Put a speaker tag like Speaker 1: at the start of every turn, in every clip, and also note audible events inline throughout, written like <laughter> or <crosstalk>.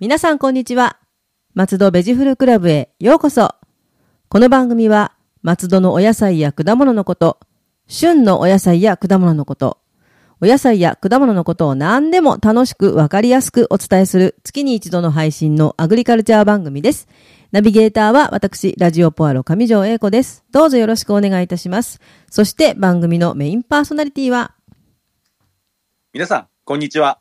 Speaker 1: 皆さんこんにちは。松戸ベジフルクラブへようこそ。この番組は松戸のお野菜や果物のこと、旬のお野菜や果物のこと、お野菜や果物のことを何でも楽しくわかりやすくお伝えする月に一度の配信のアグリカルチャー番組です。ナビゲーターは私、ラジオポアロ上条英子です。どうぞよろしくお願いいたします。そして番組のメインパーソナリティは、 <laughs>
Speaker 2: 皆さん、こんにちは。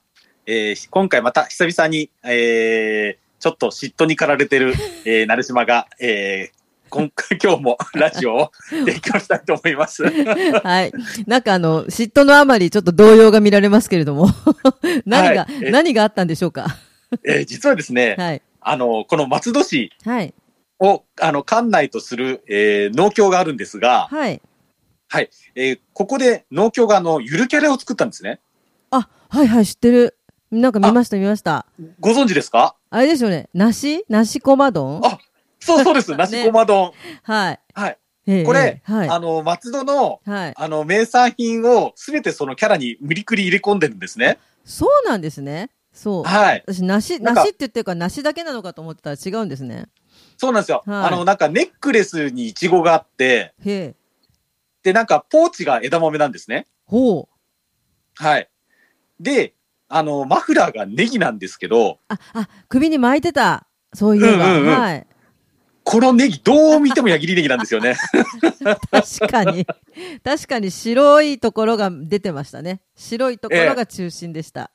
Speaker 2: えー今回また久々に、えーちょっと嫉妬に駆られ
Speaker 1: <laughs>
Speaker 2: てる、えー、なるしまが、えー今回今日もラジオを提供したいと思
Speaker 1: <laughs>
Speaker 2: います。
Speaker 1: はい。なんかあの、嫉妬のあまりちょっと動揺が見られますけれども、 <laughs> 何が、
Speaker 2: はいえ
Speaker 1: 何があったんでしょうか。
Speaker 2: えー実はですね、
Speaker 1: はい。
Speaker 2: あの、この松戸市
Speaker 1: はい。
Speaker 2: を、あの、管内とする、えー農協があるんですが、
Speaker 1: はい。
Speaker 2: はい、えーここで農協があの、ゆるキャラを作ったんですね。
Speaker 1: あ、はいはい、知ってる。なんか見ました、見ました。
Speaker 2: ご存知ですか
Speaker 1: あれですよね。梨梨こま丼
Speaker 2: あそうそうです。なしごま丼。
Speaker 1: はい。
Speaker 2: はい。
Speaker 1: ええ
Speaker 2: これ、
Speaker 1: はい。
Speaker 2: あの、松戸の、
Speaker 1: はい。
Speaker 2: あの、名産品をすべてそのキャラに無理くり入れ込んでるんですね。
Speaker 1: そうなんですね。そう。
Speaker 2: はい。
Speaker 1: 私、梨、
Speaker 2: なんか
Speaker 1: 梨って言ってるから、梨だけなのかと思ってたら違うんですね。
Speaker 2: そうなんですよ。
Speaker 1: はい
Speaker 2: あの、なんかネックレスにイチゴがあって、
Speaker 1: へえ。
Speaker 2: で、なんかポーチが枝豆なんですね。
Speaker 1: ほう。
Speaker 2: はい。で、あの、マフラーがネギなんですけど、
Speaker 1: あ、あ、首に巻いてた。そういえば。
Speaker 2: うんうんうん
Speaker 1: はい。
Speaker 2: このネギどう見ても矢切ネギなんですよね。
Speaker 1: 確かに。確かに白いところが出てましたね。白いところが中心でした。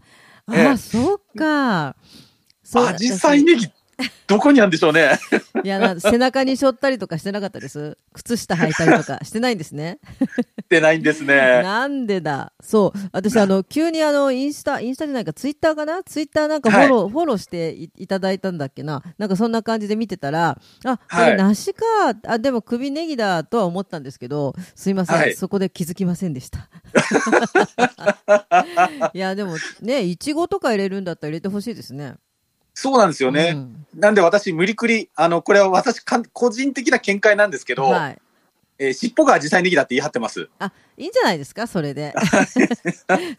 Speaker 2: ええ
Speaker 1: ああ、そうか。そう
Speaker 2: アジサイネギ、どこにあるんでしょうね。
Speaker 1: いや、なん背中に背負ったりとかしてなかったです。靴下履いたりとかしてないんですね。
Speaker 2: ってないんですね。
Speaker 1: なんでだ。そう。私、あの、急にあの、インスタ、インスタじゃないか、ツイッターかなツイッターなんかフォロー、フォローしていいただいたんだっけな。なんかそんな感じで見てたら、あ、こ
Speaker 2: は
Speaker 1: れ
Speaker 2: い
Speaker 1: 梨か、あ、でも首ネギだとは思ったんですけど、すいません、
Speaker 2: はい
Speaker 1: そこで気づきませんで
Speaker 2: <laughs>
Speaker 1: した。いや、でもね、いちごとか入れるんだったら入れてほしいですね。
Speaker 2: そうなんですよね。
Speaker 1: うん
Speaker 2: なんで私、無理くり、あの、これは私かん、個人的な見解なんですけど、
Speaker 1: はい。
Speaker 2: えー尻尾がアジサイネギだって言い張ってます。
Speaker 1: あ、いいんじゃないですか、それ
Speaker 2: <laughs>
Speaker 1: で。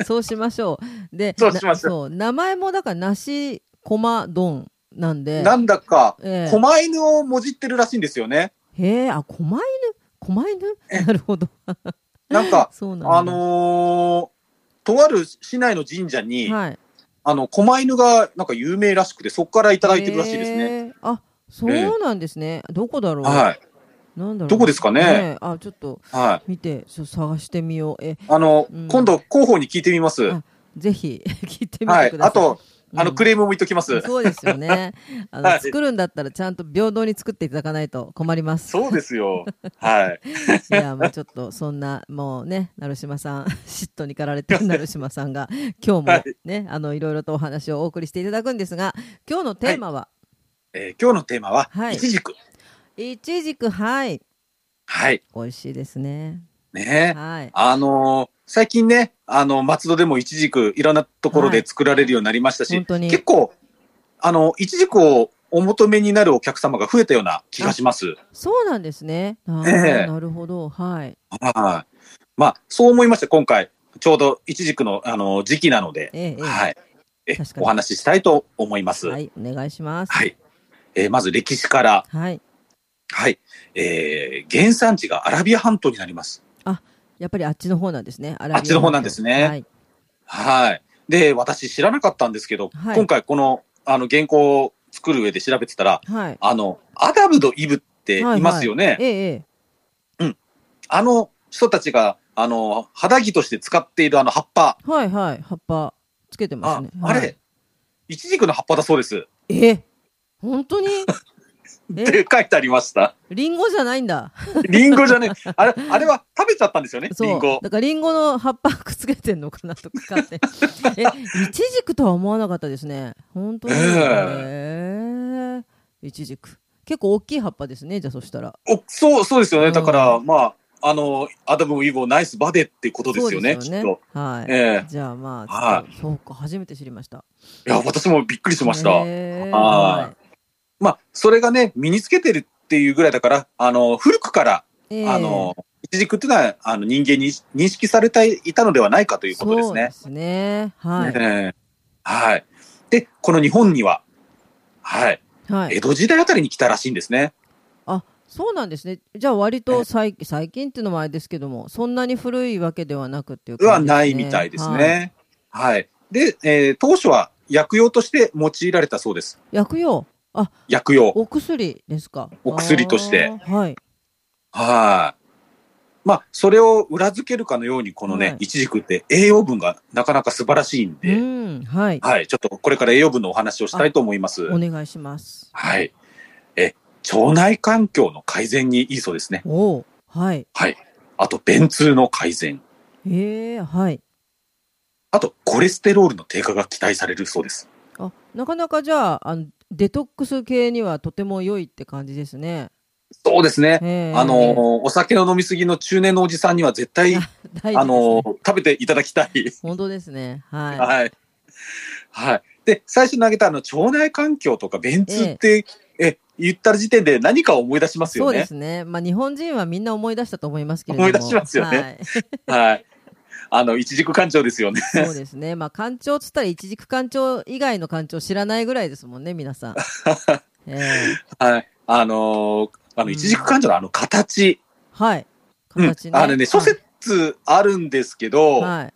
Speaker 1: そうしましょう。で、
Speaker 2: そうしましょう
Speaker 1: なそう名前もだから、梨、駒、丼なんで。
Speaker 2: なんだか、
Speaker 1: ええ
Speaker 2: 狛犬をもじってるらしいんですよね。
Speaker 1: へえ、あ、狛犬狛犬なるほど。、
Speaker 2: なんか
Speaker 1: そうなんだ。
Speaker 2: あのーとある市内の神社に、
Speaker 1: はい。
Speaker 2: あの、狛犬がなんか有名らしくて、そこからいただいてるらしいですね。
Speaker 1: へえ。あ、そうなんですね。どこだろう
Speaker 2: はい。
Speaker 1: なんだろう
Speaker 2: どこですかね
Speaker 1: えあ、ちょっと
Speaker 2: はい。
Speaker 1: 見て、ちょっと探してみよう。え、
Speaker 2: あの、
Speaker 1: うん
Speaker 2: 今度、広報に聞いてみます。
Speaker 1: あぜひ、 <laughs> 聞いてみ
Speaker 2: は
Speaker 1: て
Speaker 2: い
Speaker 1: く。だ
Speaker 2: あ
Speaker 1: さい。
Speaker 2: と、
Speaker 1: うん
Speaker 2: あの、クレームも言っときます。
Speaker 1: そうですよね。あの、
Speaker 2: はい
Speaker 1: 作るんだったら、ちゃんと平等に作っていただかないと困ります。
Speaker 2: そうですよ。はい。
Speaker 1: いや、もうちょっと、そんな、もうね、成島さん、嫉妬に駆られてる成島さんが、今日
Speaker 2: は
Speaker 1: も
Speaker 2: い
Speaker 1: ね、あの、いろいろとお話をお送りしていただくんですが、今日のテーマは、
Speaker 2: えー今日のテーマは、
Speaker 1: はい
Speaker 2: いちじく。
Speaker 1: いちじく、はい。
Speaker 2: はい。
Speaker 1: 美味しいですね。
Speaker 2: ねえ
Speaker 1: はい。
Speaker 2: あのー最近ね、あの、松戸でもいちじく、いろんなところで作られるようになりましたし、
Speaker 1: 本当に。
Speaker 2: 結構、あの、いちじくをお求めになるお客様が増えたような気がします。
Speaker 1: そうなんですね。あー
Speaker 2: ええ
Speaker 1: なるほど。はい。
Speaker 2: はい。まあ、そう思いました、今回。ちょうど、いちじくの、あの、時期なので、
Speaker 1: ええ、ええ
Speaker 2: はい。え
Speaker 1: 確かに
Speaker 2: お話ししたいと思います。は。
Speaker 1: はいい。お願いします。
Speaker 2: えーまず歴史から、
Speaker 1: はい。
Speaker 2: はい。えー原産地がアラビア半島になります。
Speaker 1: やっぱりあっちの方なんですね。あ
Speaker 2: あっちの方なんですね
Speaker 1: はい。
Speaker 2: はい。で、私知らなかったんですけど、
Speaker 1: はい
Speaker 2: 今回この、あの、原稿を作る上で調べてたら、
Speaker 1: はい。
Speaker 2: あの、アダムとイブっていますよね。
Speaker 1: ええ、ええ。
Speaker 2: あの人たちが、あの、肌着として使っているあの葉っぱ。
Speaker 1: はい、はい。葉っぱ、つけてます
Speaker 2: あ,、
Speaker 1: ね。
Speaker 2: あ
Speaker 1: はい
Speaker 2: れ、イチジクの葉っぱだそうです。
Speaker 1: え本
Speaker 2: <laughs>
Speaker 1: 当に
Speaker 2: っ
Speaker 1: え
Speaker 2: て書いてありま
Speaker 1: <laughs>
Speaker 2: した。
Speaker 1: リンゴじゃないんだ。
Speaker 2: リンゴじゃねえ。あれ、あれは食べちゃったんですよね、
Speaker 1: そ
Speaker 2: リン
Speaker 1: う。
Speaker 2: ゴ。
Speaker 1: だからリンゴの葉っぱくっつけてんのかなとか
Speaker 2: <laughs>
Speaker 1: って。え、イチジクとは思わなかったですね。本当に。
Speaker 2: え
Speaker 1: え
Speaker 2: え
Speaker 1: えイチジク。結構大きい葉っぱですね。じゃあそしたら。
Speaker 2: おそう、そうですよ
Speaker 1: う
Speaker 2: ね。
Speaker 1: ん
Speaker 2: だから、まあ、あの、アダムもイブをナイスバデってことですよね、
Speaker 1: そう
Speaker 2: きっと。
Speaker 1: はい。
Speaker 2: え
Speaker 1: じゃあまあ、
Speaker 2: は
Speaker 1: ちょっとそうか、初めて知りました。
Speaker 2: えいや、私もびっくりしました。
Speaker 1: ええ
Speaker 2: はい
Speaker 1: は
Speaker 2: まあ、それがね、身につけてるっていうぐらいだから、あの、古くから、
Speaker 1: いええ
Speaker 2: あの、一軸っていうのは、あの、人間に認識されていたのではないかということです
Speaker 1: そうで
Speaker 2: ね。
Speaker 1: すね。はい。
Speaker 2: ねはい。で、この日本には、はい、
Speaker 1: はい
Speaker 2: 江。戸時代あたりに来たらしいんですね。
Speaker 1: あ、そうなんですね。じゃあ割と最最近っていうのもあれですけども、そんなに古いわけではなくっていう
Speaker 2: では
Speaker 1: 感じですね
Speaker 2: ないみたいです。ね。はい。で、えー当初は薬用として用いられたそうです。
Speaker 1: 薬用、
Speaker 2: 薬用。
Speaker 1: お薬ですか。
Speaker 2: お薬として
Speaker 1: あー。はい。
Speaker 2: はい。まあ、それを裏付けるかのように、このね、
Speaker 1: はい
Speaker 2: イチジクって栄養分がなかなか素晴らしいんで、
Speaker 1: うん、はい。
Speaker 2: はい、ちょっとこれから栄養分のお話をしたいと思います。
Speaker 1: お願いします。
Speaker 2: はい。え、腸内環境の改善にいいそうですね。
Speaker 1: おお、はい。
Speaker 2: はい。あと、便通の改善。
Speaker 1: ええはい。
Speaker 2: あと、コレステロールの低下が期待されるそうです。
Speaker 1: あ、なかなかじゃあ、あのデトックス系にはとても良いって感じですね。
Speaker 2: そうですね。
Speaker 1: えー
Speaker 2: あのー、お酒の飲みすぎの中年のおじさんには絶対、
Speaker 1: あ大事ですね
Speaker 2: あのー、食べていただきたい。
Speaker 1: 本当ですね。はい。
Speaker 2: はい。はい。で、最初に挙げたあの、腸内環境とか便通って、え言った時点で何かを思い出します
Speaker 1: そ
Speaker 2: よ
Speaker 1: うで
Speaker 2: ね。
Speaker 1: すね。まあ、日本人はみんな思い出したと思いますけれども。
Speaker 2: 思い出しますよね
Speaker 1: はい。
Speaker 2: はい。あの、一軸感情ですよね。
Speaker 1: そうですね。まあ、館長つったら、一軸館長以外の館長知らないぐらいですもんね、皆さん。ええ
Speaker 2: はい。あのーあ
Speaker 1: う
Speaker 2: の、
Speaker 1: ん
Speaker 2: 一軸感情のあの形。
Speaker 1: はい。形ね。
Speaker 2: うん。あれね、諸説あるんですけど、
Speaker 1: はい。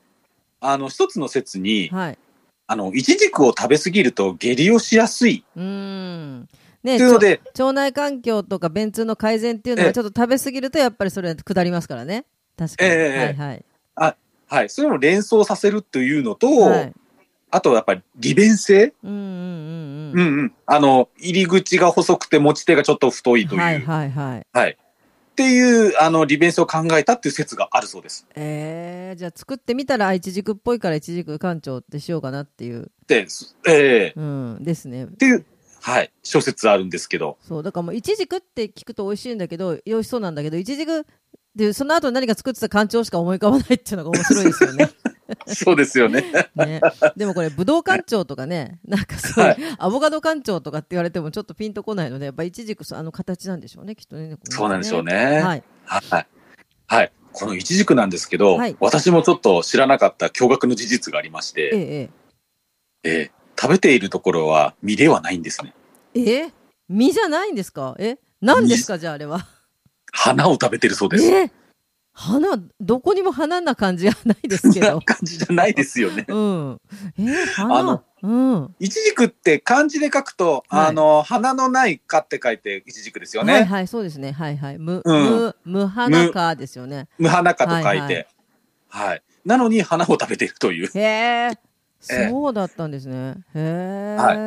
Speaker 2: あの、一つの説に、
Speaker 1: はい。
Speaker 2: あの、一軸を食べ過ぎると下痢をしやすいう
Speaker 1: ーん。ね
Speaker 2: っていうので、
Speaker 1: 腸内環境とか便通の改善っていうの
Speaker 2: え
Speaker 1: は
Speaker 2: え
Speaker 1: ちょっと食べ過ぎるとやっぱりそれは下りますからね。確かに。
Speaker 2: ええ
Speaker 1: はいはい。
Speaker 2: はい。それも連想させるというのと、
Speaker 1: はい。
Speaker 2: あとやっぱり利便性。
Speaker 1: うんうんうん
Speaker 2: う
Speaker 1: うん
Speaker 2: うん。あの、入り口が細くて持ち手がちょっと太いとい
Speaker 1: ん。
Speaker 2: う。
Speaker 1: はいはいはい。
Speaker 2: っていう、あの、利便性を考えたっていう説があるそうです。
Speaker 1: ええじゃあ作ってみたら、あ、いちじくっぽいからいちじく館長ってしようかなっていう。
Speaker 2: で、すええ
Speaker 1: うん。ですね。
Speaker 2: っていう、はい、諸説あるんですけ
Speaker 1: <laughs>
Speaker 2: ど。
Speaker 1: そう。だからもういちじくって聞くと美味しいんだけど、美味しそうなんだけど、いちじくで、その後に何か作ってた館長しか思い浮かばないっていうのが面白いですよね。
Speaker 2: そうですよね。
Speaker 1: ね、でもこれ、ブドウ館長とか
Speaker 2: <laughs>
Speaker 1: ね、なんかそういう、
Speaker 2: はい
Speaker 1: アボカド館長とかって言われてもちょっとピンとこないので、やっぱ一軸、そうあの形なんでしょうね、きっとね。これね
Speaker 2: そうなんでしょうね。
Speaker 1: は
Speaker 2: はい。
Speaker 1: い。
Speaker 2: はい。このイチジクなんですけど、
Speaker 1: はい
Speaker 2: 私もちょっと知らなかった驚愕の事実がありまし
Speaker 1: え
Speaker 2: て、
Speaker 1: え、
Speaker 2: ええ食べているところは実ではないんですね。
Speaker 1: ええ。え実じゃないんですかえ何ですかじゃああれは。
Speaker 2: 花を食べてるそうです。
Speaker 1: え花、どこにも花な感じがないですけ
Speaker 2: そん <laughs> な
Speaker 1: ど。
Speaker 2: 感じじゃないですよね。 <laughs>
Speaker 1: うん。え
Speaker 2: あ
Speaker 1: 花
Speaker 2: の
Speaker 1: うん。
Speaker 2: イチジクって漢字で書くと、
Speaker 1: はい
Speaker 2: あの、花のないかって書いてイチジクですよね。
Speaker 1: はいはい、そうですね。はいはい。む、
Speaker 2: うん
Speaker 1: む、無花かですよね。
Speaker 2: 無花かと書いて。はい、なのに花を食べているという。
Speaker 1: へえ。
Speaker 2: ええ
Speaker 1: そうだったんですね。へえ。
Speaker 2: はい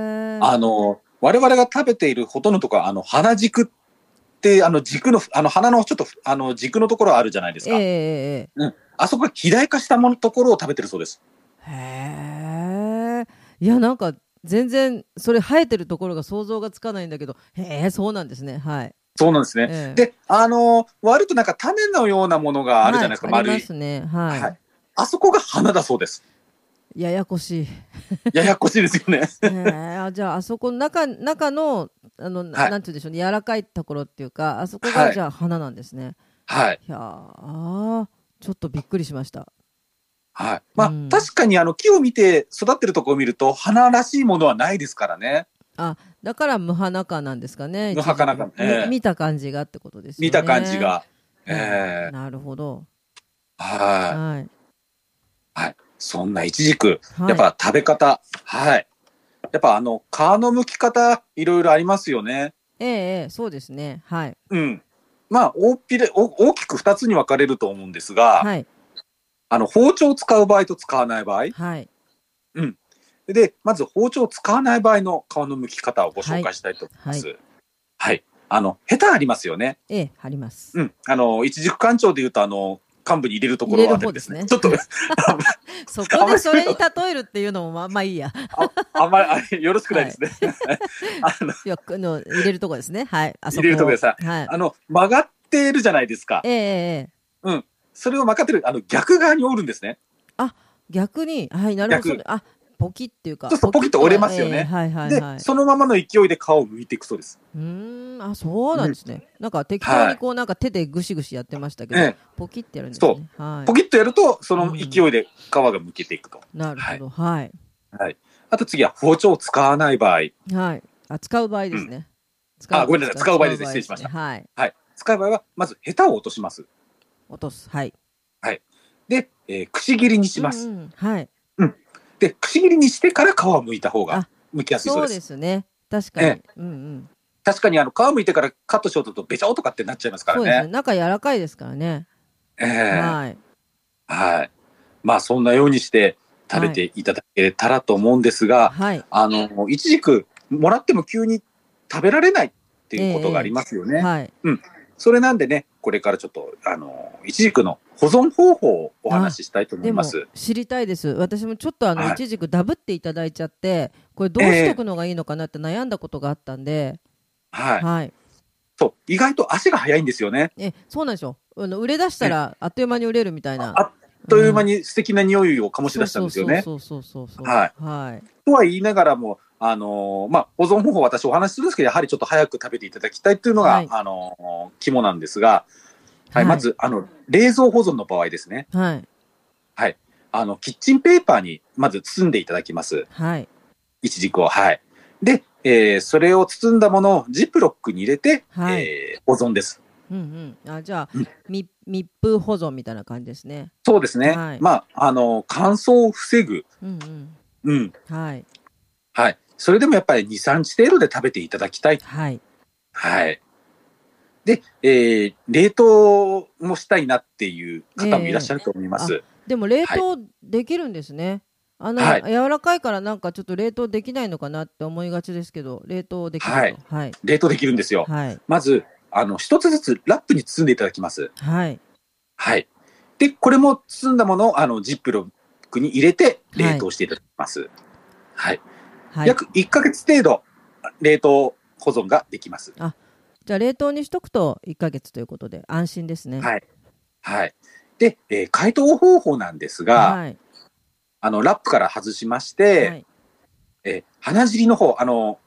Speaker 2: あの、我々が食べているほとんどのところは、あの、花軸って、あの、軸の、あの、花のちょっと、あの、軸のところあるじゃないです
Speaker 1: ええ
Speaker 2: か。
Speaker 1: ええええ。
Speaker 2: あそこが肥大化したものところを食べてるそうです。
Speaker 1: へえ。いや、なんか、全然、それ生えてるところが想像がつかないんだけど、へえ、そうなんですね。はい。
Speaker 2: そうなんですね。
Speaker 1: ええ
Speaker 2: で、あの、割るとなんか種のようなものがあるじゃないですか、
Speaker 1: はい、あ
Speaker 2: 丸
Speaker 1: りま
Speaker 2: い。
Speaker 1: すね。はい。
Speaker 2: はいあそこが花だそ
Speaker 1: <laughs>
Speaker 2: うです。
Speaker 1: ややこしい。
Speaker 2: ややこしいですよね。
Speaker 1: へえあじゃあ、あそこの中、中の、あの、な
Speaker 2: はい
Speaker 1: なんて言うんでしょうね、柔らかいところっていうか、あそこ
Speaker 2: は
Speaker 1: が、
Speaker 2: い
Speaker 1: じゃあ、花なんですね。
Speaker 2: はい。
Speaker 1: い、やー、ちょっとびっくりしました。
Speaker 2: はい。まあ、
Speaker 1: うん
Speaker 2: 確かにあの、木を見て育ってるところを見ると、花らしいものはないですからね。
Speaker 1: だから、無花かなんですかね。
Speaker 2: 無花
Speaker 1: 一
Speaker 2: か
Speaker 1: 時期
Speaker 2: ええ
Speaker 1: み見た感じがってことですよね。
Speaker 2: 見た感じが。
Speaker 1: うん。
Speaker 2: ええ
Speaker 1: なるほど。
Speaker 2: はい。
Speaker 1: はい。
Speaker 2: そんなイチジク、
Speaker 1: はい
Speaker 2: やっぱ食べ方、はい。やっぱあの、皮の剥き方、いろいろありますよね。
Speaker 1: ええええ、そうですね。はい。
Speaker 2: うん。まあ、大っぴれ、お大きく二つに分かれると思うんですが、
Speaker 1: はい。
Speaker 2: あの、包丁を使う場合と使わない場合。
Speaker 1: はい。
Speaker 2: で、まず包丁を使わない場合の皮の剥き方をご紹介したいと思います。はい。あの、ヘタありますよね。
Speaker 1: ええ、あります。
Speaker 2: うん。あの、一軸干潮で言うと、あの、幹部に入れるところはあるんですね。
Speaker 1: 入れ
Speaker 2: ちょっと、
Speaker 1: そこでそれに例えるっていうのも、まあ、まあいいや。 <laughs>
Speaker 2: あんまりあれ、よろしくないですね。 <laughs> あの、
Speaker 1: いや、あの、入れるとこですね。はい。あそこ
Speaker 2: 入れるとこです
Speaker 1: はい。
Speaker 2: あの、曲がっているじゃないですか
Speaker 1: え。えええ、ええ。
Speaker 2: それを曲がってる、あの、逆側に折るんですね。
Speaker 1: 逆に、はい、なるほど。
Speaker 2: 逆
Speaker 1: あ、ポキっていうか。
Speaker 2: そうそうポキッと折れますよね
Speaker 1: ええはいはいはい。
Speaker 2: で、そのままの勢いで皮を剥いていくそうです。
Speaker 1: うーん、あ、そうなんですね。なんか適当にこう、なんか手でぐしぐしやってましたけど、
Speaker 2: ええ
Speaker 1: ポキってやるんですね。は
Speaker 2: ポキッとやると、その勢いで皮が剥けていくと。
Speaker 1: い。なるほど。はい。
Speaker 2: はい。あと次は包丁を使わない場合。
Speaker 1: はい。あ、使う場合ですね。
Speaker 2: あごめんなさい使う場合ですね失礼しました
Speaker 1: はい。
Speaker 2: はい。使う場合は、まずヘタを落とします。
Speaker 1: 落とす。はい。
Speaker 2: で、えーくし切りにします。
Speaker 1: うんうんはい。
Speaker 2: で、くし切りにしてから皮を剥いた方
Speaker 1: あ
Speaker 2: が剥きやすい
Speaker 1: そ
Speaker 2: そう
Speaker 1: う
Speaker 2: です。
Speaker 1: ですね。確か
Speaker 2: え
Speaker 1: に。うんうん。
Speaker 2: 確かにあの皮剥いてからカットしようとするとべちょーとかってなっちゃいますから
Speaker 1: そうですね。
Speaker 2: ね。
Speaker 1: 中柔らかいですからね。
Speaker 2: ええ
Speaker 1: はい。
Speaker 2: はい。まあそんなようにして食べていただけたらと思うんですが、
Speaker 1: はい。
Speaker 2: あの、いちじくもらっても急に食べられないっていうことがありますよね。
Speaker 1: はい。
Speaker 2: それなんでね、これからちょっと、あの、いちじくの保存方法をお話ししたいと思
Speaker 1: で
Speaker 2: いま
Speaker 1: も
Speaker 2: す。
Speaker 1: 知りたいです。私もちょっとあの
Speaker 2: はい
Speaker 1: いちじくダブっていただいちゃって、これどうしとくのがいいのかなって悩んだことがあったんで、
Speaker 2: はい。
Speaker 1: はい。
Speaker 2: そう、意外と足が早いんですよね。
Speaker 1: え、そうなんですよ。あの売れ出したらあっという間に売れるみたいな。
Speaker 2: あっという間
Speaker 1: に
Speaker 2: に素敵な匂いを醸し出したんですよね。
Speaker 1: そうそうそうそうそう。。
Speaker 2: はい
Speaker 1: はい。
Speaker 2: とは言いながらも、あのーまあ、保存方法私お話しするんですけど、やはりちょっと早く食べていただきたいっていうのが、
Speaker 1: はい
Speaker 2: あのー肝なんですが、はい、
Speaker 1: はい
Speaker 2: まず、あの、冷蔵保存の場合ですね。
Speaker 1: はい。
Speaker 2: あの、キッチンペーパーにまず包んでいただきます。
Speaker 1: はい。
Speaker 2: いちじくを。はい。で、えーそれを包んだものをジップロックに入れて、
Speaker 1: はい
Speaker 2: えー保存です。
Speaker 1: うんうん。あ、じゃあ
Speaker 2: うん、
Speaker 1: 密密封保存みたいな感じですね。
Speaker 2: そうですね。
Speaker 1: はい
Speaker 2: まあ、あのー乾燥を防ぐ。
Speaker 1: うん
Speaker 2: うん。
Speaker 1: うん。はい。
Speaker 2: はい。それでもやっぱり2、3日程度で食べていただきたい。
Speaker 1: はい。
Speaker 2: はい。で、えー冷凍もしたいなっていう方もいらっしゃると思います。
Speaker 1: でも冷凍できるんですね。あの、
Speaker 2: はい
Speaker 1: 柔らかいからなんかちょっと冷凍できないのかなって思いがちですけど、冷凍できると。は
Speaker 2: はいい。
Speaker 1: はい。
Speaker 2: 冷凍できるんですよ。
Speaker 1: はい。
Speaker 2: まず、あの、一つずつラップに包んでいただきます。
Speaker 1: はい。
Speaker 2: はい。で、これも包んだものを、あの、ジップロックに入れて冷凍していただきます。はい。
Speaker 1: はい。
Speaker 2: 約1ヶ月程度、冷凍保存ができます。
Speaker 1: じゃあ冷凍にしとくと1ヶ月ということで安心ですね。
Speaker 2: はい。はい。で、えー解凍方法なんですが、
Speaker 1: はい。
Speaker 2: あの、ラップから外しまして、
Speaker 1: はい。
Speaker 2: えー鼻尻の方、あの、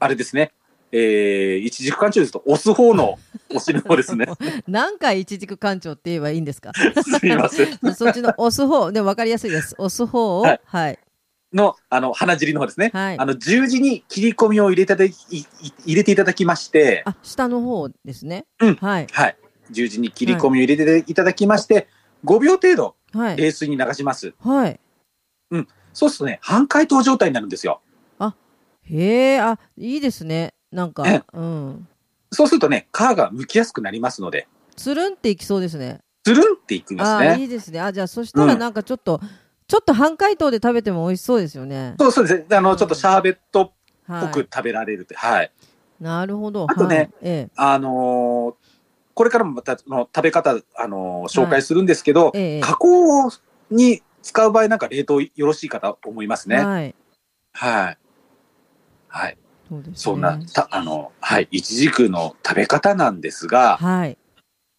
Speaker 2: あれですね、えー、一軸間中ですと、押す
Speaker 1: <laughs>
Speaker 2: 方のお尻の方ですね。
Speaker 1: 何回一軸館長って言えばいいんですか <laughs>
Speaker 2: すみません。
Speaker 1: そっちの押す方、でも分かりやすいです。押す方を、は
Speaker 2: はいい。の、あの、鼻尻の方ですね。
Speaker 1: はい
Speaker 2: あの、十字に切り込みを入れていただき、いい入れていただきまして、
Speaker 1: あ、下の方ですね。
Speaker 2: うん
Speaker 1: はい。
Speaker 2: はい。十字に切り込みを入れていただきまして、5秒程度
Speaker 1: はい。
Speaker 2: 冷水に流します。
Speaker 1: はい。
Speaker 2: そうするとね、半解凍状態になるんですよ。
Speaker 1: へえ、あ、いいですね。なんか
Speaker 2: え、
Speaker 1: うん。
Speaker 2: そうするとね、皮が剥きやすくなりますので、
Speaker 1: つるんっていきそうですね。
Speaker 2: つるんっていきま
Speaker 1: あ
Speaker 2: す
Speaker 1: あーい
Speaker 2: ね。
Speaker 1: いですね。あ、じゃあ、そしたら
Speaker 2: うん
Speaker 1: なんかちょっと、ちょっと半解凍で食べても美味しそうですよね。
Speaker 2: そうそうですね。あの、ちょっとシャーベットっぽ
Speaker 1: は
Speaker 2: く
Speaker 1: い。
Speaker 2: 食べられるって、はい。
Speaker 1: なるほど。
Speaker 2: あとね
Speaker 1: はい。え
Speaker 2: あのーこれからもまたその食べ方、あのー紹介するんですけど、
Speaker 1: いええ
Speaker 2: 加工に使う場合なんか冷凍よろしいかと思います
Speaker 1: え。
Speaker 2: ね。はい。
Speaker 1: はい。
Speaker 2: はい。
Speaker 1: そうですね。
Speaker 2: そんな、たあの、はい、いちじくの食べ方なんですが、
Speaker 1: はい。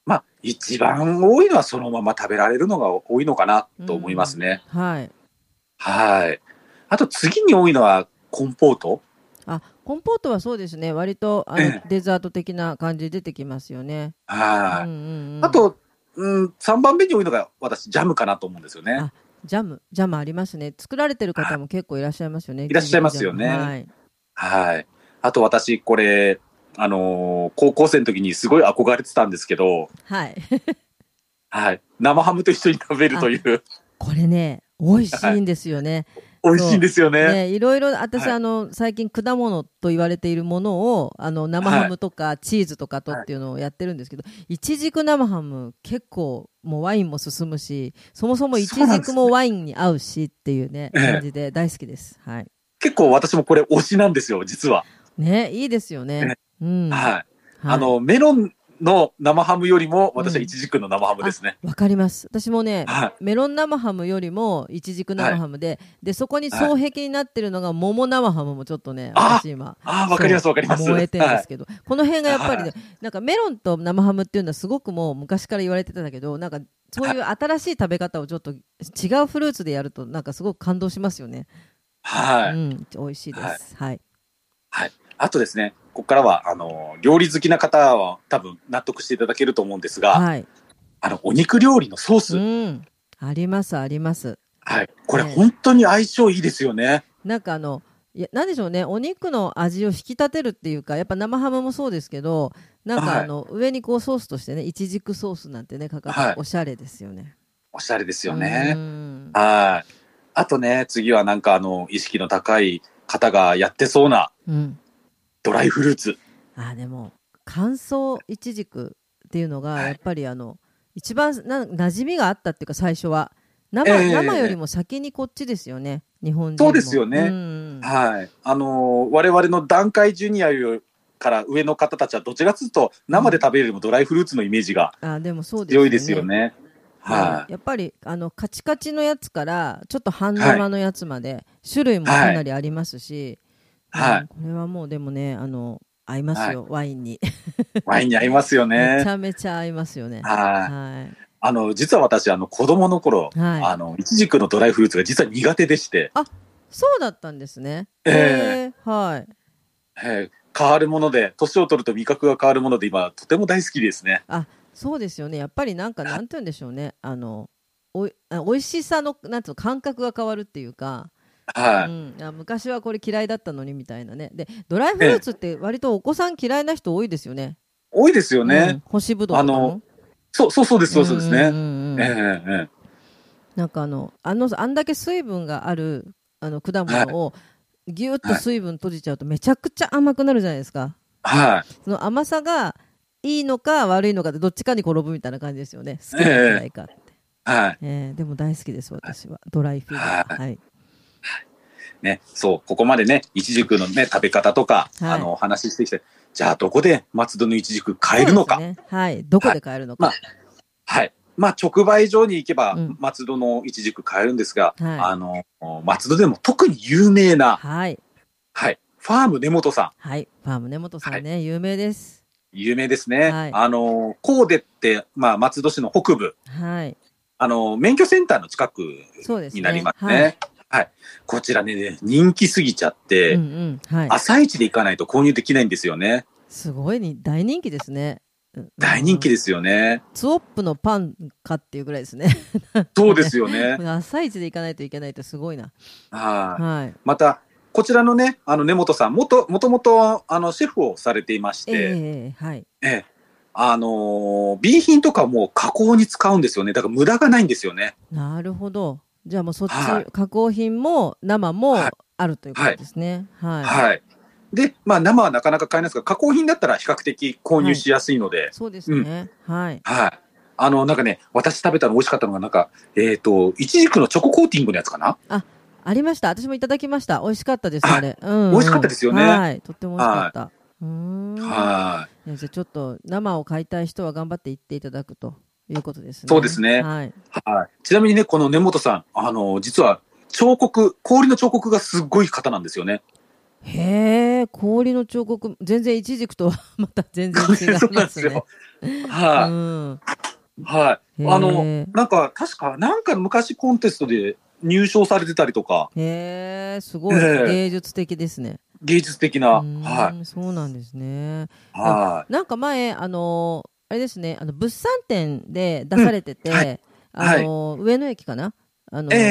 Speaker 2: まあ、一番多いのはそのまま食べられるのが多いのかなと思いますね。
Speaker 1: はい。
Speaker 2: はい。あと次に多いのはコンポート。
Speaker 1: あ、コンポートはそうですね。割と、あ
Speaker 2: え
Speaker 1: の、デザート的な感じで出てきますよね。
Speaker 2: はい。
Speaker 1: うんうんうん
Speaker 2: あ、と、うん、3番目に多いのが私、ジャムかなと思うんですよね。
Speaker 1: ジャム、ジャムありますね。作られてる方も結構いらっしゃいますよね。
Speaker 2: いらっしゃいますよね
Speaker 1: はい。
Speaker 2: はい。あと私、これ、あのー高校生の時にすごい憧れてたんですけど、
Speaker 1: はい。 <laughs>
Speaker 2: はい。生ハムと一緒に食べるという、 <laughs>
Speaker 1: これね、美味しいんですよね。
Speaker 2: 美味しいんですよね。
Speaker 1: ね、いろいろ私、
Speaker 2: はい
Speaker 1: あの最近果物と言われているものをあの生ハムとかチーズとかとっていうのをやってるんですけど、いちじく生ハム結構もうワインも進むしそもそもいち
Speaker 2: そうなん
Speaker 1: じ
Speaker 2: で
Speaker 1: く
Speaker 2: すね
Speaker 1: もワインに合うしっていうね
Speaker 2: ええ
Speaker 1: 感じで大好きです、はい
Speaker 2: 結構私もこれ推しなんですよ、実は。
Speaker 1: ね、いいですよね、うん
Speaker 2: はい
Speaker 1: い、。
Speaker 2: あの、メロンの生ハムよりも、私
Speaker 1: うん
Speaker 2: はイチジクの生ハムですね。
Speaker 1: わかります私もね、
Speaker 2: はい。
Speaker 1: メロン生ハムよりもいちじく生ハムで、でそこに双璧になってるのが桃生ハムもちょっとね、
Speaker 2: あ
Speaker 1: 私今
Speaker 2: ああ、わかります、わかります。
Speaker 1: 燃えてるんで
Speaker 2: は
Speaker 1: す
Speaker 2: い。
Speaker 1: けど、この辺がやっぱりね、なんかメロンと生ハムっていうのはすごくもう昔から言われてたんだけど、なんかそういう新しい食べ方をちょっと違うフルーツでやるとなんかすごく感動しますよね。
Speaker 2: はい。
Speaker 1: うん、美味しいです。はい。
Speaker 2: あとですね、ここからは、あの、料理好きな方は多分納得していただけると思うんですが、
Speaker 1: はい。
Speaker 2: あの、お肉料理のソース。
Speaker 1: うん。あります、あります。
Speaker 2: はい。これ
Speaker 1: ね
Speaker 2: 本当に相性いいですよね。
Speaker 1: なんかあの、いや、なんでしょうね、お肉の味を引き立てるっていうか、やっぱ生ハムもそうですけど、なん
Speaker 2: はい
Speaker 1: かあの、上にこうソースとしてね、いちじくソースなんてね、かかって、
Speaker 2: はい
Speaker 1: おしゃれですよね。
Speaker 2: おしゃれですよ
Speaker 1: う
Speaker 2: ね。
Speaker 1: ん
Speaker 2: はい。あとね、次はなんかあの、意識の高い方がやってそうな
Speaker 1: うん。
Speaker 2: ドライフルーツ。
Speaker 1: あ、でも、乾燥いちじくっていうのが、
Speaker 2: はい
Speaker 1: やっぱりあの、一番な馴染みがあったっていうか、最初は。生、
Speaker 2: ええ
Speaker 1: 生よりも先にこっちですよね、日本人も。
Speaker 2: そうですよね
Speaker 1: うん
Speaker 2: はい。あのー我々の段階ジュニアよりから上の方たちはどちらかというと生で食べるよりもドライフルーツのイメージが
Speaker 1: あ、でもそうです
Speaker 2: 強いですよね。
Speaker 1: や
Speaker 2: はい。
Speaker 1: っぱりあのカチカチのやつからちょっと半生のやつまで、種類もかなりありますし、
Speaker 2: はい
Speaker 1: うんこれはもうでもねあの合いますよ、ワインに、
Speaker 2: ワインに合います
Speaker 1: <laughs>
Speaker 2: よ
Speaker 1: め
Speaker 2: ね
Speaker 1: ち。ゃめちゃ合いますよね
Speaker 2: はい。
Speaker 1: はい
Speaker 2: あの、実は私、あの、子供の頃、
Speaker 1: はい
Speaker 2: あの、いちじくのドライフルーツが実は苦手でして、
Speaker 1: そうだったんですね
Speaker 2: え
Speaker 1: え
Speaker 2: え
Speaker 1: はい
Speaker 2: えー変わるもので、年を取ると味覚が変わるもので、今、とても大好きですね。
Speaker 1: あそうですよねやっぱりなんかなんて言うんでしょうねあのおいあ美味しさのなんつうの感覚が変わるっていうか、
Speaker 2: はい。
Speaker 1: うん、あ昔はこれ嫌いだったのにみたいなねでドライフルーツって割とお子さん嫌いな人多いですよね
Speaker 2: 多いですよね。
Speaker 1: うん、干しぶどうとかも
Speaker 2: あのそう、そうそうです、そうそうです
Speaker 1: んう
Speaker 2: ね。
Speaker 1: んうんうん
Speaker 2: ええええ
Speaker 1: なんかあのあのあんだけ水分があるあの果物をぎゅっと水分閉じちゃうとめちゃくちゃ甘くなるじゃないですか。
Speaker 2: はい。
Speaker 1: その甘さがいいのか悪いのかってどっちかに転ぶみたいな感じですよね。好きな嫌いかって。
Speaker 2: はい。
Speaker 1: えーでも大好きです私はドライフィー
Speaker 2: は
Speaker 1: バー。はい。
Speaker 2: ね、そう、ここまでね、いちじくのね、食べ方とか、
Speaker 1: はい
Speaker 2: あの、お話ししてきて、じゃあ、どこで松戸のいちじく買えるのか。
Speaker 1: そうですねはい。どこで買えるのか。
Speaker 2: はいはい。まあ、直売所に行けば
Speaker 1: うん、
Speaker 2: 松戸のいちじく買えるんですが、
Speaker 1: はい
Speaker 2: あの、松戸でも特に有名な、
Speaker 1: はい。
Speaker 2: はい、ファーム根本さん、
Speaker 1: はい。ファーム根本さんね、有名です。
Speaker 2: 有名ですね。
Speaker 1: はい
Speaker 2: あの、コーデって、まあ、松戸市の北部、
Speaker 1: はい。
Speaker 2: あの、免許センターの近く
Speaker 1: そうですね。
Speaker 2: になります
Speaker 1: は
Speaker 2: ね。はい、こちらね、人気すぎちゃって、
Speaker 1: い。うんうん。はい。
Speaker 2: 朝一で行かないと購入できないんですよね。
Speaker 1: すごいに大人気ですね。うん
Speaker 2: 大人気ですよね。
Speaker 1: ツオップのパンかっていうぐらいですね。
Speaker 2: そうですよね。
Speaker 1: <laughs> 朝一で行かないといけないってすごいな。
Speaker 2: はい。
Speaker 1: はい。
Speaker 2: また、こちらのね、あの、根本さん、もと、もともと、あの、シェフをされていまし
Speaker 1: えええ
Speaker 2: て、
Speaker 1: えはい。
Speaker 2: ええあのー B 品とかも加工に使うんですよね。だから無駄がないんですよね。
Speaker 1: なるほど。じゃあもうそっち、
Speaker 2: はい
Speaker 1: 加工品も生も
Speaker 2: はい
Speaker 1: あるということですね。はい。
Speaker 2: はい。で、まあ、生はなかなか買えないですが、加工品だったら比較的購入しやすいので、
Speaker 1: そうですね。はい。
Speaker 2: はい。あの、なんかね、私食べたの美味しかったのが、なんか、えっ、と、いちじくのチョココーティングのやつかな
Speaker 1: ありました。私もいただきました。美味しかったです、
Speaker 2: はい
Speaker 1: あれ。うん、うん。
Speaker 2: 美味しかったですよね
Speaker 1: はい。とっても美味しかった。うーん。
Speaker 2: はい
Speaker 1: や。じゃあちょっと生を買いたい人は頑張って行っていただくということですね。
Speaker 2: そうですね
Speaker 1: はい。
Speaker 2: い。はい。ちなみにね、この根本さん、あの、実は、彫刻、氷の彫刻がすっごい方なんですよね。
Speaker 1: へえ、氷の彫刻、全然イチジクとはまた全然違い
Speaker 2: <laughs> そうなん
Speaker 1: ま
Speaker 2: ですす
Speaker 1: ね
Speaker 2: よ。。はい、
Speaker 1: うん
Speaker 2: はい。あの、
Speaker 1: へー
Speaker 2: なんか、確か、なんか昔コンテストで入賞されてたりとか、
Speaker 1: へえ、すごい、
Speaker 2: ええ
Speaker 1: 芸術的ですね。
Speaker 2: 芸術的
Speaker 1: う
Speaker 2: な、は
Speaker 1: ーんそうなんですね。
Speaker 2: い。は
Speaker 1: なんか前、あのーあれですね、あの物産展で出されてて、
Speaker 2: うんはい
Speaker 1: あのー上野駅かな、あの
Speaker 2: い。
Speaker 1: ー
Speaker 2: え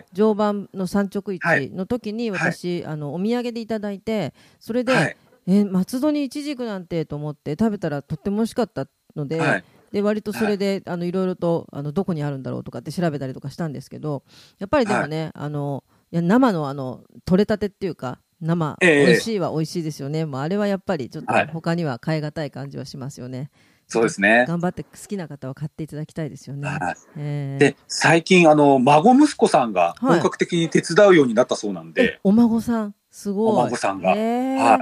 Speaker 2: え
Speaker 1: 常磐の産直市
Speaker 2: はい
Speaker 1: の時に
Speaker 2: はい
Speaker 1: 私、あのお土産でいただいて、それで、
Speaker 2: はい。
Speaker 1: え松戸にイチジクなんてと思って食べたらとっても美味しかったので。
Speaker 2: はい。
Speaker 1: で割とそれで、い、あのいろいろとあのどこにあるんだろうとかって調べたりとかしたんですけどやっぱりでもね、あのいや生のあの取れたてっていうか生、
Speaker 2: ええ
Speaker 1: 美味しいは美味しいですよねもうあれはやっぱりちょっと
Speaker 2: はい
Speaker 1: 他には買い難い感じはしますよね、
Speaker 2: そうですね。
Speaker 1: 頑張って好きな方は買っていただきたいですよね、
Speaker 2: はい。
Speaker 1: ええ
Speaker 2: で、最近、あの、孫息子さんが本格的に手伝うようになったそうなんで、
Speaker 1: えお孫さんすごい
Speaker 2: お孫さんが
Speaker 1: ええ
Speaker 2: はい。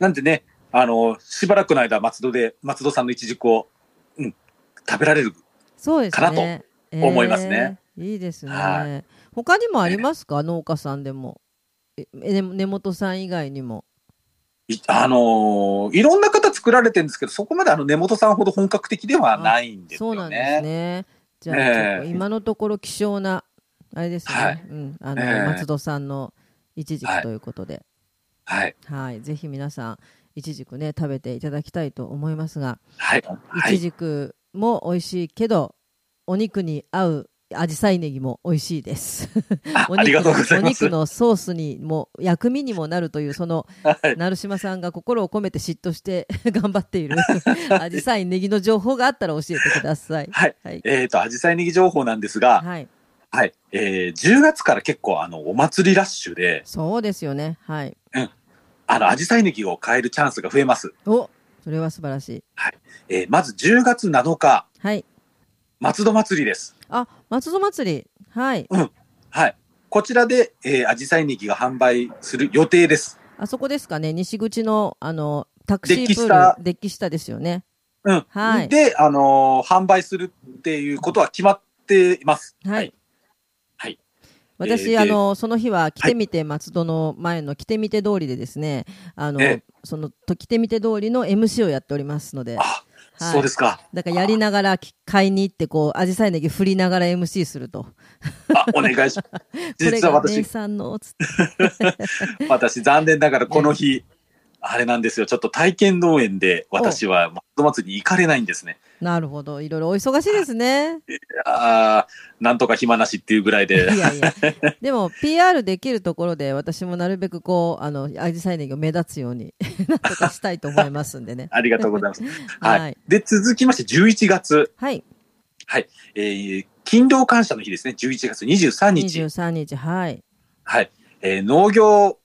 Speaker 2: なんでね、あの、しばらくの間、松戸で、松戸さんの一軸を、うん、食べられる。
Speaker 1: そうです
Speaker 2: か
Speaker 1: ね
Speaker 2: な思いますね、
Speaker 1: ええいいですね、
Speaker 2: は
Speaker 1: 他にもありますか農家さんでもええ根本さん以外にも
Speaker 2: いあのーいろんな方作られてるんですけど、そこまであの根本さんほど本格的ではないんです
Speaker 1: そう
Speaker 2: よ
Speaker 1: なんです
Speaker 2: ね。
Speaker 1: ね。じゃあ、
Speaker 2: ええ
Speaker 1: 結構今のところ希少な、あれですね、
Speaker 2: はい
Speaker 1: うん、あの、
Speaker 2: ええ
Speaker 1: 松戸さんのいちじ
Speaker 2: は
Speaker 1: く
Speaker 2: い
Speaker 1: ということで、
Speaker 2: はい。
Speaker 1: はい、ぜひ皆さん、いちじくね、食べていただきたいと思いますが、
Speaker 2: はい。はい
Speaker 1: ち
Speaker 2: い。
Speaker 1: じくも美味しいけど、お肉に合う紫陽花ネギも美味しいです。
Speaker 2: <laughs> あ
Speaker 1: お
Speaker 2: あり
Speaker 1: 肉
Speaker 2: がと
Speaker 1: の
Speaker 2: うござ
Speaker 1: お
Speaker 2: います。
Speaker 1: 肉
Speaker 2: は
Speaker 1: のソースにも薬味にもなるというそ
Speaker 2: <laughs>
Speaker 1: の
Speaker 2: い。
Speaker 1: 成島さんが心を込めて嫉妬して <laughs> 頑張ってい
Speaker 2: <laughs>
Speaker 1: る紫陽花ネギの情報があったら教えてください。
Speaker 2: はい。
Speaker 1: はい、
Speaker 2: えっ、と、アジサイネギ情報なんですが、
Speaker 1: はい、
Speaker 2: はい。えー、10月から結構、あの、お祭りラッシュで、
Speaker 1: そうですよね。はい、
Speaker 2: あの、アジサイネギを買えるチャンスが増えます。
Speaker 1: おそれは素晴らしい。
Speaker 2: えー、まず10月7日、
Speaker 1: はい、
Speaker 2: 松戸祭りです。
Speaker 1: あ松戸祭り、はい、
Speaker 2: はい。こちらで、えー、アジサイネギが販売する予定です。
Speaker 1: あそこですかね、西口のあのタクシープー
Speaker 2: デッキ下
Speaker 1: ル、デッキ下ですよね。
Speaker 2: うん。
Speaker 1: はい
Speaker 2: で、あのー販売するっていうことは決まっています。
Speaker 1: はい。
Speaker 2: はい
Speaker 1: 私、
Speaker 2: えー
Speaker 1: あの、その日は、来てみて松戸の前の来てみて通りでですね、あの、
Speaker 2: え
Speaker 1: その、と来てみて通りの MC をやっておりますので、
Speaker 2: あ、
Speaker 1: はい
Speaker 2: そうですか。
Speaker 1: だからやりながら、き買いに行って、こう、アジサイネギ振りながら MC すると。
Speaker 2: あ、お願いします。
Speaker 1: <laughs> これ
Speaker 2: 実は
Speaker 1: が姉
Speaker 2: 私、
Speaker 1: さんの、つって
Speaker 2: 私、残念ながらこの日、あれなんですよ。ちょっと体験農園で私は松戸祭りに行かれないんですね。
Speaker 1: なるほど。いろいろお忙しいですね。
Speaker 2: ああ、なんとか暇なしっていうぐらい
Speaker 1: <laughs>
Speaker 2: で。。
Speaker 1: いやいや。でも、PR できるところで、私もなるべくこう、あの、アジサイネギを目立つように、 <laughs> なんとかしたいと思いますんでね
Speaker 2: ありがとうございます。 <laughs> は
Speaker 1: <laughs>
Speaker 2: い。
Speaker 1: はい
Speaker 2: で、続きまして11月、
Speaker 1: はい。
Speaker 2: えー勤労感謝の日ですね。11月23日。
Speaker 1: 23日、はい。
Speaker 2: はい。えー農業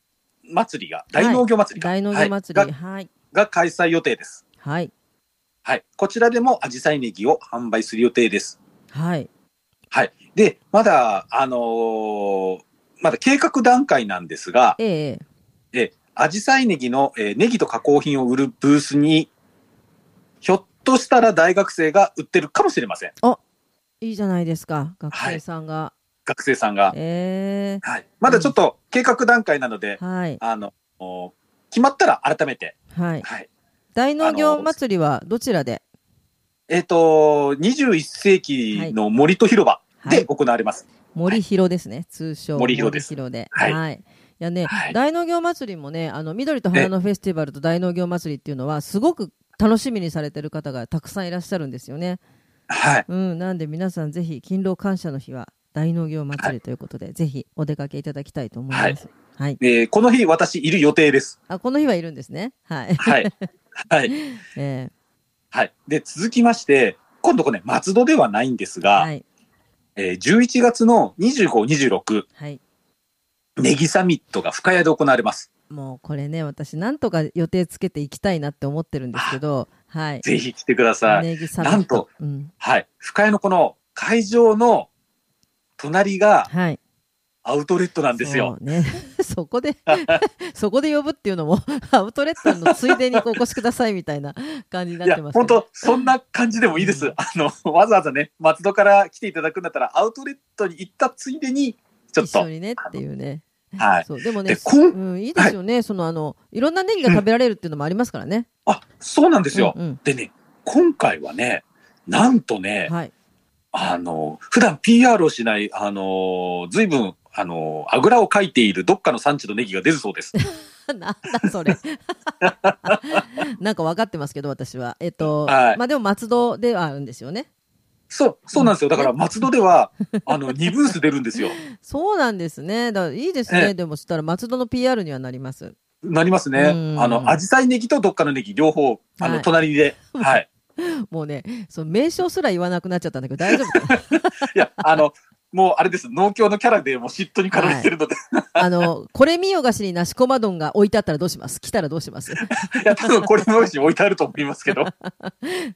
Speaker 2: 祭りが、大農業祭りか、
Speaker 1: 大農業祭
Speaker 2: はい
Speaker 1: り、はい。
Speaker 2: がが開催予定です。
Speaker 1: はい。
Speaker 2: はい。こちらでもアジサイネギを販売する予定です。
Speaker 1: はい。
Speaker 2: で、まだ、あのーまだ計画段階なんですが、
Speaker 1: ええ
Speaker 2: え、アジサイネギの、えーネギと加工品を売るブースに、ひょっとしたら大学生が売ってるかもしれません。
Speaker 1: いいじゃないですか。学生さんが。
Speaker 2: 学生さんが。
Speaker 1: ええ
Speaker 2: はい。まだちょっと計画段階なので、
Speaker 1: はい。
Speaker 2: あの、お決まったら改めて、
Speaker 1: はい。
Speaker 2: はい。
Speaker 1: 大農業祭りはどちらで
Speaker 2: えっ、と、21世紀の森と広場
Speaker 1: は
Speaker 2: で
Speaker 1: い
Speaker 2: 行われます。
Speaker 1: 森広ですね。通称。
Speaker 2: 森広です
Speaker 1: 森広で。
Speaker 2: はい
Speaker 1: い。いやね
Speaker 2: は、い
Speaker 1: 大農業祭りもね、あの、緑と花のフェスティバルと大農業祭りっていうのは、すごく楽しみにされてる方がたくさんいらっしゃるんですよね。
Speaker 2: はい。
Speaker 1: うん。なんで皆さんぜひ、勤労感謝の日は大農業祭りということで、ぜひお出かけいただきたいと思います。はい。
Speaker 2: えーこの日、私、いる予定です。
Speaker 1: あ、この日はいるんですね。
Speaker 2: <laughs>
Speaker 1: はい。 <laughs>
Speaker 2: はい。はい。
Speaker 1: ええ
Speaker 2: はい。で、続きまして、今度これ、松戸ではないんですが、
Speaker 1: はい。
Speaker 2: えー11月の25、26、
Speaker 1: はい。
Speaker 2: ネギサミットが深谷で行われます。
Speaker 1: もうこれね、私、なんとか予定つけていきたいなって思ってるんですけど、はい。
Speaker 2: ぜひ来てください。
Speaker 1: ネギサミット
Speaker 2: なんと、
Speaker 1: うん。
Speaker 2: はい。深谷のこの会場の隣が
Speaker 1: はい。
Speaker 2: アウトレットなんですよ。
Speaker 1: そうね。 <laughs> そこで、そこで呼ぶっていうのも、 <laughs> アウトレットのついでにお越しくださいみたいな感じに
Speaker 2: い
Speaker 1: なっ
Speaker 2: や
Speaker 1: てま、すけ
Speaker 2: 本
Speaker 1: ど。
Speaker 2: 当そんな感じでもいいです。
Speaker 1: うん
Speaker 2: あの、 <laughs> わざわざね、松戸から来ていただくんだったら、アウトレットに行ったついでに、ちょっ
Speaker 1: 一
Speaker 2: と
Speaker 1: 緒、にねっていうね。
Speaker 2: はい。
Speaker 1: そう。でもね
Speaker 2: で、こん
Speaker 1: うん、いいですよね。その、あの、いろんなネギが食べられるっていうのもありますからね。
Speaker 2: あ、そうなんですよ。
Speaker 1: うんうん
Speaker 2: でね、今回はね、なんとね、
Speaker 1: はい。 <laughs>
Speaker 2: あの、普段 PR をしない、あの、随分、あの、あぐらをかいているどっかの産地のネギが出るそう
Speaker 1: <laughs>
Speaker 2: です。
Speaker 1: なんだそれ。 <laughs> なんか分かってますけど、私は。えっと、
Speaker 2: はい
Speaker 1: まあでも松戸ではあるんですよね。
Speaker 2: そう、そうなんですよ。だから松戸では、あの、2ブース出るんですよ。
Speaker 1: そうなんですね。だからいいです
Speaker 2: え
Speaker 1: ね。
Speaker 2: え
Speaker 1: でもそしたら松戸の PR にはなります。
Speaker 2: なります
Speaker 1: う
Speaker 2: ね。
Speaker 1: ん
Speaker 2: あの、アジサイネギとどっかのネギ両方、あ
Speaker 1: は
Speaker 2: の、
Speaker 1: い
Speaker 2: 隣
Speaker 1: <laughs>
Speaker 2: で。はい。
Speaker 1: もうね、その名称すら言わなくなっちゃったんだけど大丈夫かな
Speaker 2: いや、あの、もうあれです。農協のキャラでもう嫉妬に絡めてるので、
Speaker 1: あの、これ見よがしになしこま丼が置いてあったらどうします来たらどうします
Speaker 2: い、や、多分これの上に置いてあると思いますけど。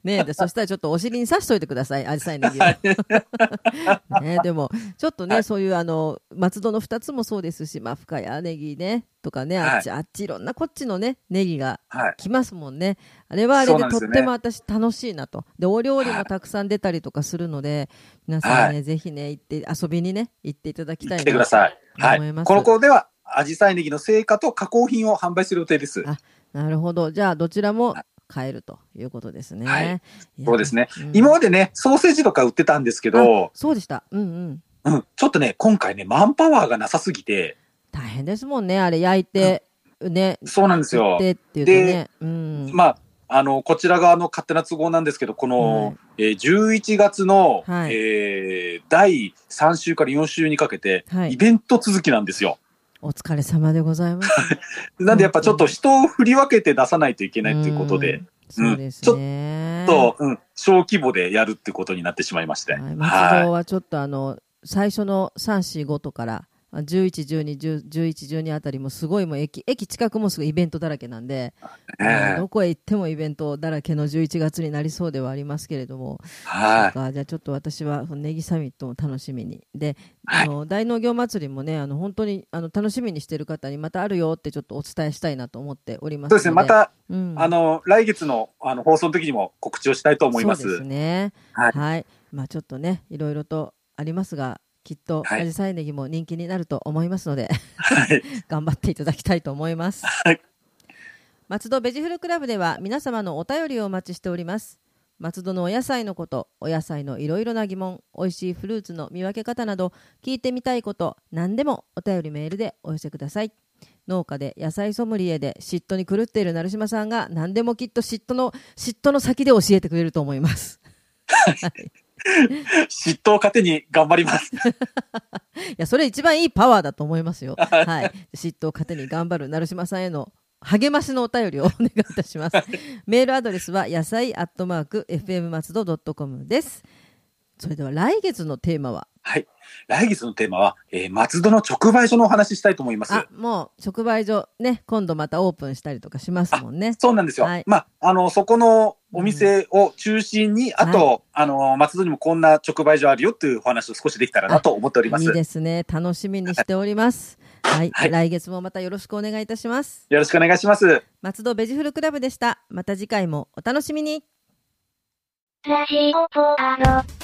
Speaker 1: ねえで、そしたらちょっとお尻に刺しといてください。アジサイネギを。 <laughs> ねえでも、ちょっとね、
Speaker 2: はい
Speaker 1: そういうあの、松戸の2つもそうですし、まあ、深谷ネギね、とかね、あっち、あっちいろんなこっちのね、ネギが
Speaker 2: はい。
Speaker 1: 来ますもんね。あれはあれ
Speaker 2: そう
Speaker 1: で
Speaker 2: なんで
Speaker 1: とっ
Speaker 2: すよね
Speaker 1: ても私楽しいなと。で、お料理もたくさん出たりとかするので、皆さんね、ぜひね、行って、遊びにね、行っていただきたいな。
Speaker 2: 来てください。は
Speaker 1: 思い
Speaker 2: い。
Speaker 1: ます
Speaker 2: この子では、アジサイネギの成果と加工品を販売する予定です。
Speaker 1: あなるほど。じゃあ、どちらも買えるということですね。
Speaker 2: はい
Speaker 1: や
Speaker 2: そうですね。
Speaker 1: うん
Speaker 2: 今までね、ソーセージとか売ってたんですけど、
Speaker 1: そうでした。うんうん。
Speaker 2: うん、ちょっとね、今回ね、マンパワーがなさすぎて、
Speaker 1: 大変ですもんね、あれ焼いて、ね。
Speaker 2: そうなんですよ
Speaker 1: 売。ってっていうとね。うん。
Speaker 2: まあ、あの、こちら側の勝手な都合なんですけど、この、えー11月の、
Speaker 1: はい
Speaker 2: えー第3週から4週にかけて、
Speaker 1: はい
Speaker 2: イベント続きなんですよ。
Speaker 1: お疲れ様でございます。
Speaker 2: なんでやっぱちょっと人を振り分けて出さないといけないということで、
Speaker 1: うん。
Speaker 2: う
Speaker 1: そ
Speaker 2: ん
Speaker 1: うですね。
Speaker 2: と、うん、小規模でやるってことになってしまいまして。
Speaker 1: は、
Speaker 2: はいい。
Speaker 1: 松戸はちょっとあの、最初の3、4、5とから、あ11、12、10 11、12あたりもすごいもう駅、駅近くもすごいイベントだらけなんで、
Speaker 2: え
Speaker 1: うんどこへ行ってもイベントだらけの11月になりそうではありますけれども、
Speaker 2: は
Speaker 1: そう
Speaker 2: い。
Speaker 1: かじゃあちょっと私はそのネギサミットも楽しみに。で、あ
Speaker 2: はい
Speaker 1: の大農業祭りもね、あの本当にあの楽しみにしてる方にまたあるよってちょっとお伝えしたいなと思っております
Speaker 2: そ
Speaker 1: ので。
Speaker 2: うですね。ま、た、
Speaker 1: うん、
Speaker 2: あの、来月のあの放送の時にも告知をしたいと思いま。
Speaker 1: そうですすね。は。
Speaker 2: はいい
Speaker 1: まあちょっとね、いろいろとありますが、きっと
Speaker 2: はい
Speaker 1: アジサイネギも人気になると思いますので、
Speaker 2: はい。
Speaker 1: 頑張っていただきたいと思います。
Speaker 2: はい
Speaker 1: 松戸ベジフルクラブでは皆様のお便りをお待ちしております。松戸のお野菜のこと、お野菜のいろいろな疑問、おいしいフルーツの見分け方など、聞いてみたいこと、何でもお便りメールでお寄せください。農家で野菜ソムリエで嫉妬に狂っている成島さんが何でもきっと嫉妬の嫉妬の先で教えてくれると思います。
Speaker 2: 嫉妬を糧に頑張ります。
Speaker 1: いや、それ一番いいパワーだと思いますよ。はい。嫉妬を糧に頑張る成島さんへの <laughs> 励ましのお便りをお願いいたします。メールアドレスは、野菜アットマーク、fm 松戸ドットコムです。それでは来月のテーマは、
Speaker 2: はい。来月のテーマは、えー松戸の直売所のお話ししたいと思います。
Speaker 1: あ、もう、直売所ね、今度またオープンしたりとかしますもんね。
Speaker 2: そうなんですよ。
Speaker 1: はい
Speaker 2: まあ、あの、そこのお店を中心に、あと、あの、松戸にもこんな直売所あるよっていうお話を少しできたらなと思っております。
Speaker 1: いい
Speaker 2: よ
Speaker 1: ですね。楽しみにしております。はい。
Speaker 2: はい
Speaker 1: 来月もまたよろしくお願いいたします。
Speaker 2: ろしくお願いします。
Speaker 1: 松戸ベジフルクラブでした。また次回もお楽しみに。
Speaker 3: ラジオポアド。